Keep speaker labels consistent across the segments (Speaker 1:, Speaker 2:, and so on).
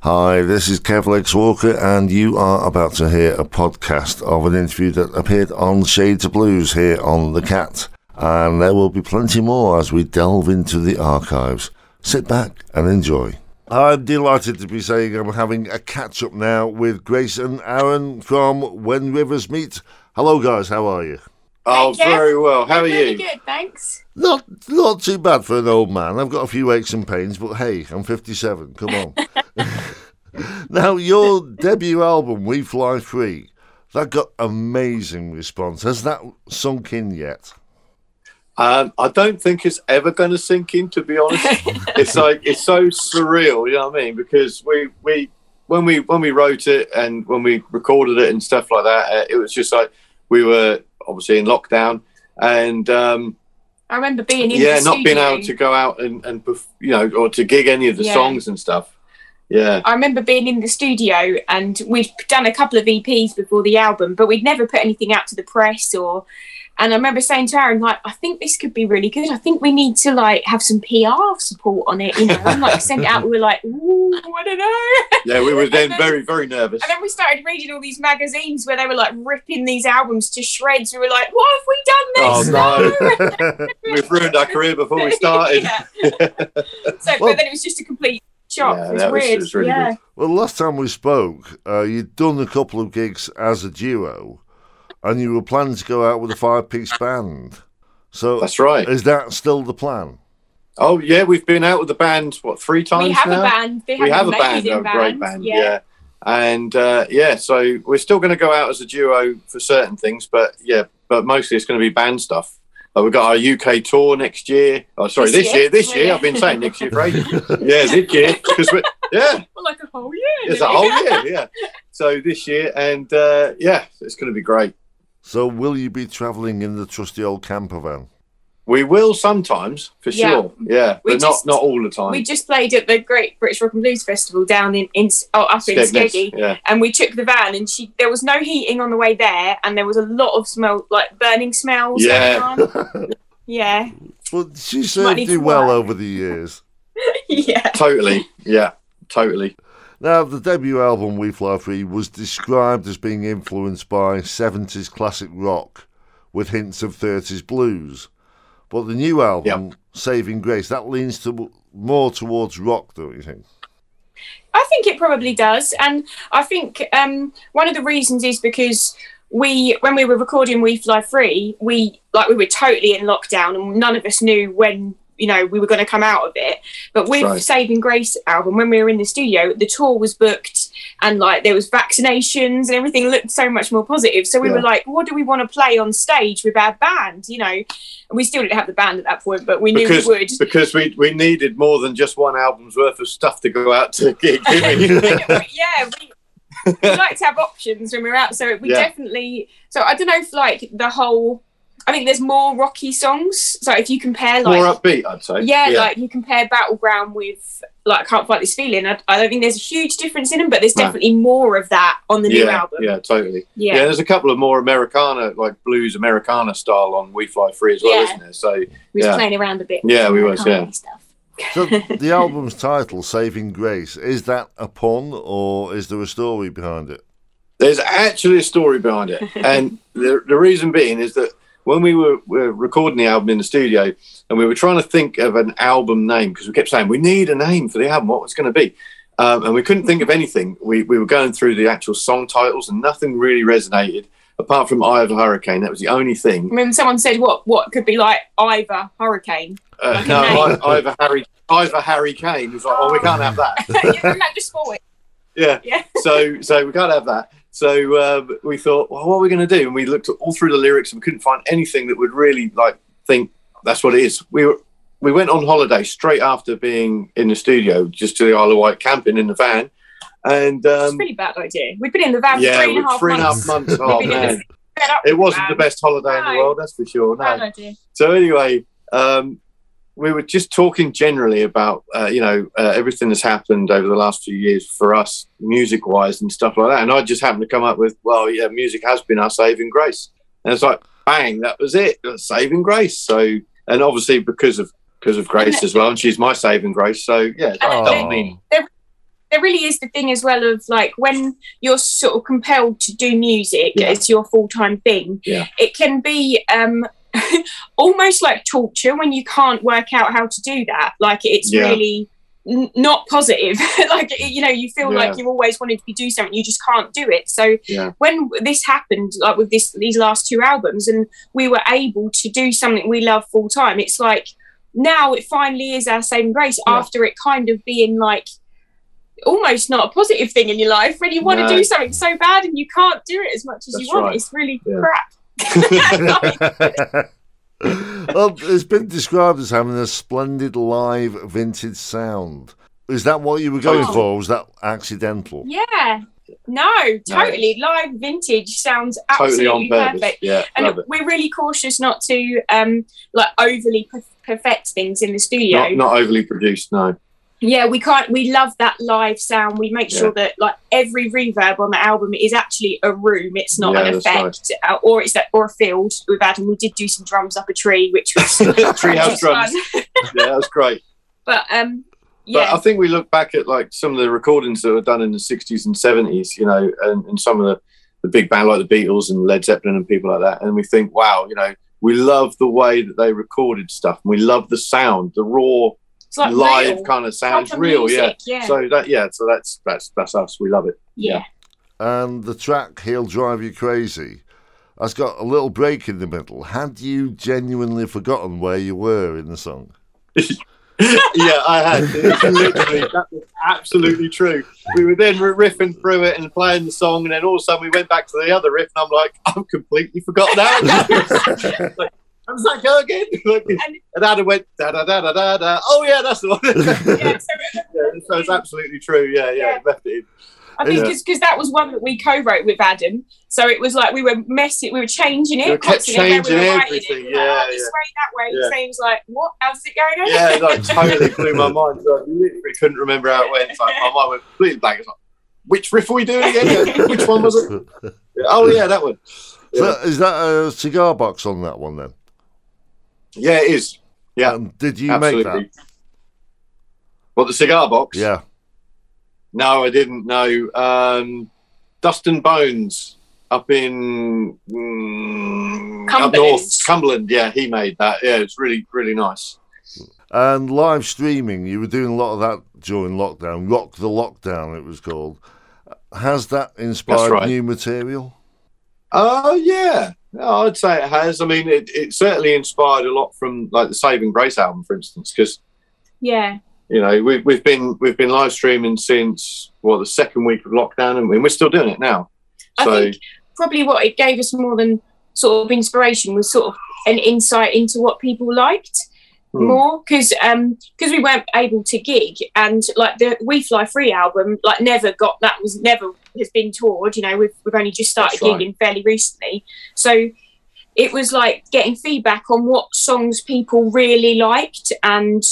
Speaker 1: Hi, this is Kevlex Walker, and you are about to hear a podcast of an interview that appeared on Shades of Blues here on The Cat. And there will be plenty more as we delve into the archives. Sit back and enjoy. I'm delighted to be saying I'm having a catch up now with Grace and Aaron from When Rivers Meet. Hello, guys, how are you?
Speaker 2: Oh,
Speaker 3: Jeff.
Speaker 2: very well. How are
Speaker 3: Really
Speaker 2: you?
Speaker 3: good, thanks.
Speaker 1: Not not too bad for an old man. I've got a few aches and pains, but hey, I'm 57. Come on. now your debut album, We Fly Free, that got amazing response. Has that sunk in yet?
Speaker 2: Um, I don't think it's ever going to sink in, to be honest. it's like it's so surreal, you know what I mean? Because we we when we when we wrote it and when we recorded it and stuff like that, uh, it was just like we were obviously in lockdown and um,
Speaker 3: I remember being in
Speaker 2: yeah,
Speaker 3: the
Speaker 2: not being
Speaker 3: studio.
Speaker 2: able to go out and and perf- you know or to gig any of the
Speaker 3: Yeah.
Speaker 2: songs and stuff. Yeah,
Speaker 3: I remember being in the studio and we'd done a couple of EPs before the album, but we'd never put anything out to the press or. And I remember saying to Aaron, like, I think this could be really good. I think we need to like have some PR support on it, you know. And like send it out, we were like, ooh, I don't know.
Speaker 2: yeah, we were
Speaker 3: And
Speaker 2: then
Speaker 3: then-
Speaker 2: very very nervous.
Speaker 3: And then we started reading all these magazines where they were like ripping these albums to shreds. We were like, why have we done this?
Speaker 2: Oh,
Speaker 3: no.
Speaker 2: We've ruined our career before we started.
Speaker 3: Yeah. so,
Speaker 1: Well-
Speaker 3: but then it was just a complete shock.
Speaker 2: Yeah,
Speaker 3: it was
Speaker 2: that was-
Speaker 3: weird.
Speaker 2: it was really
Speaker 3: yeah.
Speaker 2: good.
Speaker 1: well, last time we spoke, uh, you'd done a couple of gigs as a duo, and you were planning to go out with a five-piece band. So
Speaker 2: That's right.
Speaker 1: is that still the plan?
Speaker 2: Oh yeah, we've been out with the band what three times
Speaker 3: We have
Speaker 2: now.
Speaker 3: a band. They
Speaker 2: we have a
Speaker 3: an
Speaker 2: band,
Speaker 3: amazing
Speaker 2: a great band, yeah.
Speaker 3: Yeah.
Speaker 2: And uh, yeah, so we're still going to go out as a duo for certain things, but yeah, but mostly it's going to be band stuff. Uh, we've got our UK tour next year. Oh, sorry,
Speaker 3: This
Speaker 2: this,
Speaker 3: year?
Speaker 2: year, this year.
Speaker 3: Yeah.
Speaker 2: I've been saying next year for ages. yeah, this year because we yeah,
Speaker 3: Well, like a whole year.
Speaker 2: it's a whole year. Yeah, so this year and uh, yeah, it's going to be great.
Speaker 1: So will you be travelling in the trusty old camper van?
Speaker 2: We will sometimes for
Speaker 3: Yeah.
Speaker 2: sure. Yeah,
Speaker 3: We
Speaker 2: but
Speaker 3: just-
Speaker 2: not not all the time.
Speaker 3: We just played at the Great British Rock and Blues Festival down in, in oh, up in
Speaker 2: Skegness,
Speaker 3: Skeggy,
Speaker 2: Yeah.
Speaker 3: and we took the van, and she there was no heating on the way there, and there was a lot of smell like burning smells.
Speaker 2: Yeah.
Speaker 3: going on. yeah,
Speaker 1: Well, she
Speaker 3: Might
Speaker 1: served
Speaker 3: need
Speaker 1: you
Speaker 3: to
Speaker 1: well
Speaker 3: work.
Speaker 1: over the years.
Speaker 3: yeah.
Speaker 2: Totally. Yeah. Totally.
Speaker 1: Now, the debut album We Fly Free was described as being influenced by 70s classic rock with hints of 30s blues. But the new album, Saving Grace, that leans to more towards rock, don't you think?
Speaker 3: I think it probably does, and I think um, one of the reasons is because we, when we were recording We Fly Free, we like we were totally in lockdown, and none of us knew when you know we were going to come out of it. But with
Speaker 2: Right.
Speaker 3: Saving Grace album, when we were in the studio, the tour was booked, and like there was vaccinations and everything looked so much more positive. So we
Speaker 2: Yeah.
Speaker 3: were like, what do we want to play on stage with our band? You know, and we still didn't have the band at that point, but we knew
Speaker 2: Because-
Speaker 3: we would.
Speaker 2: because we we needed more than just one album's worth of stuff to go out to gig.
Speaker 3: yeah,
Speaker 2: didn't we?
Speaker 3: we, we like to have options when we're out. So we
Speaker 2: Yeah.
Speaker 3: definitely. So I don't know if like the whole. I think there's more rocky songs. So if you compare like
Speaker 2: More upbeat, I'd say.
Speaker 3: yeah, like you compare Battleground with like Can't Fight This Feeling. I, I don't think there's a huge difference in them, but there's
Speaker 2: No.
Speaker 3: definitely more of that on the new
Speaker 2: yeah,
Speaker 3: album.
Speaker 2: yeah, totally. Yeah.
Speaker 3: Yeah.
Speaker 2: there's a couple of more Americana, like blues Americana style on We Fly Free as well,
Speaker 3: Yeah.
Speaker 2: isn't there? So
Speaker 3: we was
Speaker 2: yeah.
Speaker 3: playing around a bit.
Speaker 2: Yeah, we
Speaker 3: with
Speaker 2: was,
Speaker 3: that kind
Speaker 2: yeah.
Speaker 3: of Stuff.
Speaker 1: So, the album's title, Saving Grace, is that a pun or is there a story behind it?
Speaker 2: there's actually a story behind it, and the the reason being is that when we were, were recording the album in the studio, and we were trying to think of an album name because we kept saying we need a name for the album, what it's going to be. Um, and we couldn't think of anything. We, we were going through the actual song titles, and nothing really resonated apart from "Eye of a Hurricane." That was the only thing
Speaker 3: I mean, someone said what what could be like Ivor Hurricane.
Speaker 2: Uh,
Speaker 3: Like
Speaker 2: no,
Speaker 3: a
Speaker 1: name.
Speaker 2: I, either Harry, either Harry Kane. He was like, oh, we can't have that.
Speaker 3: you can just spoil it.
Speaker 2: Yeah.
Speaker 3: Yeah.
Speaker 2: So, so we can't have that. So um, we thought, well, what are we going to do? And we looked at all through the lyrics and we couldn't find anything that would really like think that's what it is. We were, we went on holiday straight after being in the studio, just to the Isle of Wight, camping in the van, and
Speaker 3: It's a
Speaker 2: um,
Speaker 3: pretty bad idea. We've been in the van for
Speaker 2: yeah,
Speaker 3: three and a
Speaker 2: we're
Speaker 3: half
Speaker 2: three and a
Speaker 3: months.
Speaker 2: half months. Oh
Speaker 3: We've been in
Speaker 2: man,
Speaker 3: Fed up
Speaker 2: it
Speaker 3: with
Speaker 2: wasn't the
Speaker 3: van.
Speaker 2: best holiday in the
Speaker 3: No.
Speaker 2: world, that's for sure. No.
Speaker 3: Bad idea.
Speaker 2: So anyway, um, we were just talking generally about uh, you know uh, everything that's happened over the last few years for us music wise and stuff like that. And I just happened to come up with, well, yeah, music has been our saving grace. And it's like, bang, that was it, It was saving grace. So and obviously because of because of Grace as well, and she's my saving grace. So yeah,
Speaker 3: And
Speaker 1: Ah.
Speaker 2: that
Speaker 3: I
Speaker 2: doesn't
Speaker 3: think-
Speaker 2: mean
Speaker 3: there really is the thing as well of like when you're sort of compelled to do music yeah. as your full time thing,
Speaker 2: Yeah.
Speaker 3: it can be um, almost like torture when you can't work out how to do that. Like it's
Speaker 2: Yeah.
Speaker 3: really n- not positive. like you know, you feel
Speaker 2: Yeah.
Speaker 3: like you always wanted to do something, you just can't do it. So
Speaker 2: Yeah.
Speaker 3: when this happened, like with this these last two albums, and we were able to do something we love full time, it's like now it finally is our saving grace
Speaker 2: Yeah.
Speaker 3: after it kind of being like almost not a positive thing in your life when you want
Speaker 2: No.
Speaker 3: to do something so bad and you can't do it as much as
Speaker 2: That's
Speaker 3: you want.
Speaker 2: right.
Speaker 3: It's really
Speaker 2: Yeah.
Speaker 3: crap.
Speaker 1: well, it's been described as having a splendid live vintage sound. Is that what you were going
Speaker 3: Oh.
Speaker 1: for? or Was that accidental?
Speaker 3: Yeah. No, totally. Live vintage sounds absolutely
Speaker 2: totally on purpose.
Speaker 3: perfect.
Speaker 2: Yeah, love
Speaker 3: And
Speaker 2: it.
Speaker 3: we're really cautious not to um like overly per- perfect things in the studio.
Speaker 2: Not, not overly produced, no.
Speaker 3: Yeah, we can't we love that live sound. We make sure that like every reverb on the album is actually a room. It's not
Speaker 2: Yeah,
Speaker 3: an
Speaker 2: that's right.
Speaker 3: effect uh, or it's that or a field we've had and we did do some drums up a tree which was
Speaker 2: Treehouse
Speaker 3: which was fun.
Speaker 2: drums. Yeah, that was great.
Speaker 3: But um
Speaker 2: But I
Speaker 3: yeah,
Speaker 2: think we look back at like some of the recordings that were done in the 60s and 70s, you know, and, and some of the, the big band like the Beatles and Led Zeppelin and people like that. And we think, wow, you know, we love the way that they recorded stuff. And we love the sound, the raw,
Speaker 3: it's like
Speaker 2: live
Speaker 3: real,
Speaker 2: kind of sound. It's
Speaker 3: proper
Speaker 2: real, yeah.
Speaker 3: music, yeah.
Speaker 2: So that, yeah, so that's that's that's us. We love it.
Speaker 3: yeah.
Speaker 1: And the track "He'll Drive You Crazy" has got a little break in the middle. Had you genuinely forgotten where you were in the song?
Speaker 2: yeah, I had. It's literally, that was absolutely true. We were then riffing through it and playing the song, and then all of a sudden we went back to the other riff, and I'm like, I've completely forgotten that. like, how does that go again? Like,
Speaker 3: And-
Speaker 2: and Adam went da da da da da da. Oh yeah, that's the one.
Speaker 3: yeah, so
Speaker 2: yeah, so it's absolutely true. Yeah, yeah,
Speaker 3: Yeah.
Speaker 2: left it. in.
Speaker 3: I think
Speaker 1: Yeah.
Speaker 3: because that was one that we co-wrote with Adam, so it was like we were messing, we were changing it,
Speaker 2: We kept
Speaker 3: constantly, and then
Speaker 2: changing
Speaker 3: writing
Speaker 2: everything,
Speaker 3: It. We were like,
Speaker 2: yeah,
Speaker 3: oh, this
Speaker 2: yeah.
Speaker 3: way, that way.
Speaker 2: Yeah.
Speaker 3: So he was like, "What? How's it going?" on?"
Speaker 2: Yeah, like totally blew my mind. So I literally couldn't remember how it went. It's Like, my mind went completely blank. It's like, which riff were we doing again? Which one was it?
Speaker 1: So,
Speaker 2: Oh yeah, that one. Yeah.
Speaker 1: is that a cigar box on that one then?
Speaker 2: Yeah, it is. Yeah.
Speaker 1: And did you
Speaker 2: Absolutely.
Speaker 1: make
Speaker 2: What the cigar box?
Speaker 1: that? Yeah.
Speaker 2: No, I didn't. No. Um, Dust and Bones up in mm, up
Speaker 3: Cumberland.
Speaker 2: north Cumberland. Yeah, he made that. Yeah, it's really really nice.
Speaker 1: And live streaming, you were doing a lot of that during lockdown. Rock the Lockdown, it was called. Has that inspired
Speaker 2: right.
Speaker 1: new material?
Speaker 2: Oh yeah. No, I'd say it has. I mean, it, it certainly inspired a lot from like the Saving Grace album, for instance, because
Speaker 3: yeah,
Speaker 2: you know we, we've been we've been live streaming since well the second week of lockdown, and we're still doing it now.
Speaker 3: I
Speaker 2: so
Speaker 3: think probably what it gave us more than sort of inspiration was sort of an insight into what people liked
Speaker 2: Hmm.
Speaker 3: more because we weren't able to gig and like the We Fly Free album like never got that was never has been toured you know we've, we've only just started
Speaker 2: That's right.
Speaker 3: gigging fairly recently so it was like getting feedback on what songs people really liked and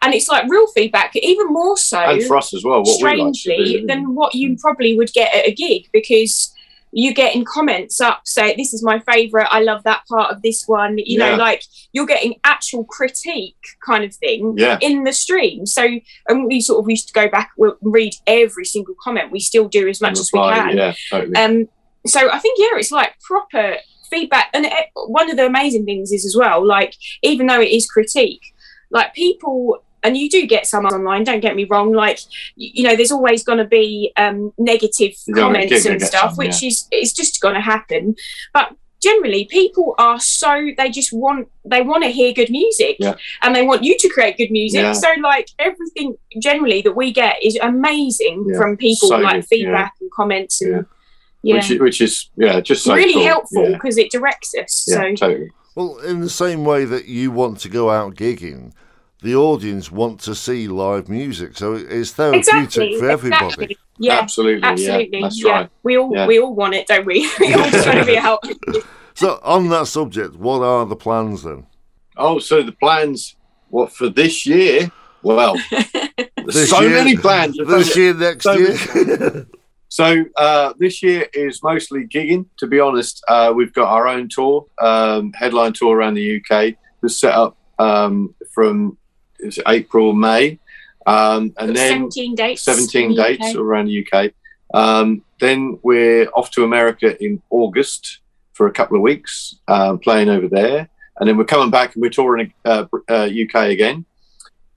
Speaker 3: and it's like real feedback even more so
Speaker 2: and for us as well, what
Speaker 3: strangely
Speaker 2: we like to do,
Speaker 3: than what you probably would get at a gig because you getting comments up saying this is my favorite i love that part of this one you
Speaker 2: Yeah.
Speaker 3: know like you're getting actual critique kind of thing
Speaker 2: Yeah.
Speaker 3: in the stream so and we sort of used to go back and read every single comment we still do as much as we
Speaker 2: reply,
Speaker 3: can
Speaker 2: Yeah, totally.
Speaker 3: um, so I think yeah, it's like proper feedback, and it, one of the amazing things is as well, like even though it is critique, like people. And you do get some online. Don't get me wrong. Like y- you know, there's always going to be um, negative
Speaker 2: You're gonna- you're
Speaker 3: comments
Speaker 2: gonna
Speaker 3: and
Speaker 2: get
Speaker 3: stuff,
Speaker 2: some,
Speaker 3: which is it's just going to happen. But generally, people are so they just want they want to hear good music,
Speaker 2: Yeah.
Speaker 3: and they want you to create good music.
Speaker 2: Yeah.
Speaker 3: So like everything generally that we get is amazing
Speaker 2: Yeah.
Speaker 3: from people,
Speaker 2: So
Speaker 3: like
Speaker 2: good, yeah.
Speaker 3: feedback and comments
Speaker 2: Yeah.
Speaker 3: and yeah
Speaker 2: Which, is- which is yeah, just so
Speaker 3: really
Speaker 2: cool.
Speaker 3: helpful
Speaker 2: Yeah,
Speaker 3: because it directs us.
Speaker 2: yeah,
Speaker 3: so
Speaker 2: totally.
Speaker 1: Well, in the same way that you want to go out gigging, the audience want to see live music, so it- it's therapeutic
Speaker 3: exactly,
Speaker 1: for everybody.
Speaker 3: exactly. yeah,
Speaker 2: absolutely.
Speaker 3: absolutely.
Speaker 2: Yeah, that's
Speaker 3: yeah.
Speaker 2: right.
Speaker 3: we all
Speaker 2: Yeah.
Speaker 3: we all want it, don't we? we all just want to be out.
Speaker 1: So, on that subject, what are the plans then?
Speaker 2: Oh, so the plans what for this year? Well, there's
Speaker 1: This
Speaker 2: so
Speaker 1: year-
Speaker 2: many plans.
Speaker 1: This year, next
Speaker 2: so
Speaker 1: year?
Speaker 2: So uh, this year is mostly gigging. To be honest, uh, we've got our own tour, um, headline tour around the UK. We're set up um, from it's April, May, Um, and
Speaker 3: Got
Speaker 2: then
Speaker 3: 17 dates.
Speaker 2: 17
Speaker 3: in the UK.
Speaker 2: dates around the UK. Um, then we're off to America in August for a couple of weeks, um, playing over there. And then we're coming back and we're touring uh, Br- uh, UK again.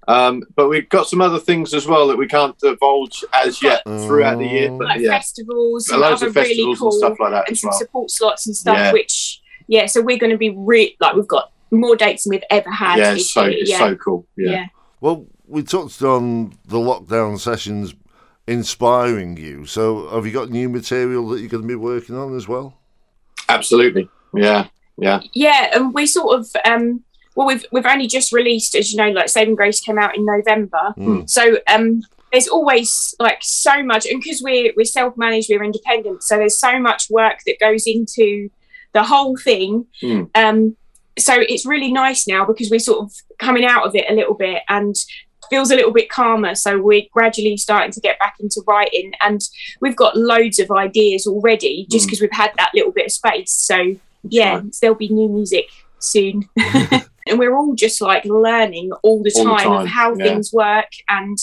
Speaker 2: Um, but we've got some other things as well that we can't divulge as yet throughout the year. But
Speaker 3: Like
Speaker 2: yeah,
Speaker 3: festivals and
Speaker 2: loads
Speaker 3: Mm. other
Speaker 2: of festivals
Speaker 3: really cool
Speaker 2: and stuff like that
Speaker 3: and
Speaker 2: as
Speaker 3: some
Speaker 2: well.
Speaker 3: support slots and stuff.
Speaker 2: Yeah.
Speaker 3: Which yeah, so we're going to be re- like we've got more dates than we've ever had.
Speaker 2: Yeah, it's
Speaker 3: this
Speaker 2: so
Speaker 3: year.
Speaker 2: it's so cool. Yeah.
Speaker 1: Well, we touched on the lockdown sessions inspiring you. So, have you got new material that you're going to be working on as well?
Speaker 2: absolutely. Yeah,
Speaker 3: yeah and we sort of um well we've we've only just released as you know like saving grace came out in november
Speaker 1: Mm.
Speaker 3: so um there's always like so much and because we're we're self-managed we're independent so there's so much work that goes into the whole thing
Speaker 2: Mm.
Speaker 3: um so it's really nice now because we're sort of coming out of it a little bit and feels a little bit calmer so we're gradually starting to get back into writing and we've got loads of ideas already just
Speaker 2: Mm.
Speaker 3: because we've had that little bit of space so
Speaker 2: That's
Speaker 3: yeah
Speaker 2: right.
Speaker 3: there'll be new music soon and we're all just like learning all the
Speaker 2: All
Speaker 3: time,
Speaker 2: the time,
Speaker 3: of how
Speaker 2: yeah.
Speaker 3: things work and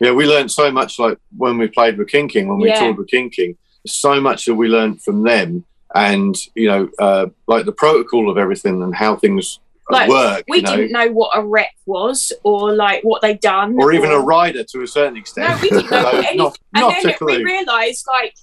Speaker 2: Yeah, we learned so much like when we played with King King, when we
Speaker 3: Yeah.
Speaker 2: toured with King King, so much that we learned from them and, you know, uh, like the protocol of everything and how things
Speaker 3: Like,
Speaker 2: work,
Speaker 3: we
Speaker 2: you know,
Speaker 3: didn't know what a rep was or like what they'd done
Speaker 2: or even a rider to a certain extent.
Speaker 3: no we didn't know
Speaker 2: So
Speaker 3: anything
Speaker 2: not
Speaker 3: and
Speaker 2: not
Speaker 3: then
Speaker 2: a
Speaker 3: we
Speaker 2: clue.
Speaker 3: realized like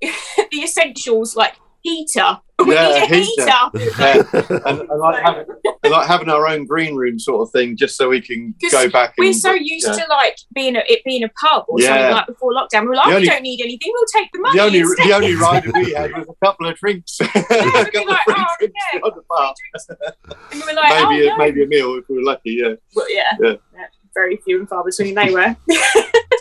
Speaker 3: the essentials like heater we
Speaker 2: Yeah,
Speaker 3: need a
Speaker 2: heater.
Speaker 3: heater,
Speaker 2: Yeah. and, and like, having, and like having our own green room sort of thing just so we can
Speaker 3: 'Cause
Speaker 2: go back and
Speaker 3: We're so used
Speaker 2: yeah.
Speaker 3: to like being a, it being a pub or
Speaker 2: Yeah.
Speaker 3: something like before lockdown. We're like, "Oh,
Speaker 2: The only-
Speaker 3: we don't need anything. We'll take the money.
Speaker 2: the only
Speaker 3: instead."
Speaker 2: the only rider we had was a couple of drinks, a
Speaker 3: we'd be
Speaker 2: couple of
Speaker 3: like,
Speaker 2: free
Speaker 3: oh,
Speaker 2: drinks
Speaker 3: yeah.
Speaker 2: on the bar,
Speaker 3: and we were like,
Speaker 2: maybe
Speaker 3: oh,
Speaker 2: a,
Speaker 3: no.
Speaker 2: maybe a meal if we were lucky. Yeah,
Speaker 3: Well, yeah.
Speaker 2: Yeah. Oh,
Speaker 3: Yeah, Very few and far between they were.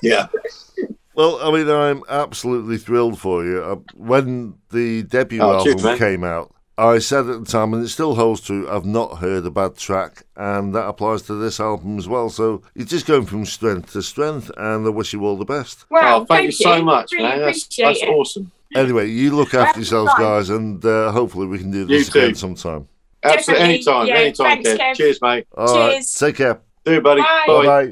Speaker 2: yeah.
Speaker 1: Well, I mean, I'm absolutely thrilled for you. Uh, When the debut
Speaker 2: Oh, cheers,
Speaker 1: album
Speaker 2: mate.
Speaker 1: came out, I said at the time, and it still holds true, I've not heard a bad track, and that applies to this album as well. So, you're just going from strength to strength, and I wish you all the best.
Speaker 3: Wow,
Speaker 2: oh, thank, you so much,
Speaker 3: really
Speaker 2: man. That's,
Speaker 3: appreciate
Speaker 2: that's
Speaker 3: it.
Speaker 2: awesome.
Speaker 1: Anyway, you look after
Speaker 3: Have a good
Speaker 1: yourselves,
Speaker 3: time.
Speaker 1: guys, and uh, hopefully we can do
Speaker 2: You
Speaker 1: this again
Speaker 2: too.
Speaker 1: sometime.
Speaker 2: Absolutely.
Speaker 3: Definitely.
Speaker 2: Anytime,
Speaker 3: Yeah,
Speaker 2: anytime,
Speaker 3: thanks,
Speaker 2: Kev.
Speaker 3: Kev.
Speaker 2: Cheers, mate.
Speaker 1: All right,
Speaker 3: Cheers.
Speaker 1: take care.
Speaker 2: See you, buddy.
Speaker 3: Bye.
Speaker 2: Bye.
Speaker 1: Bye.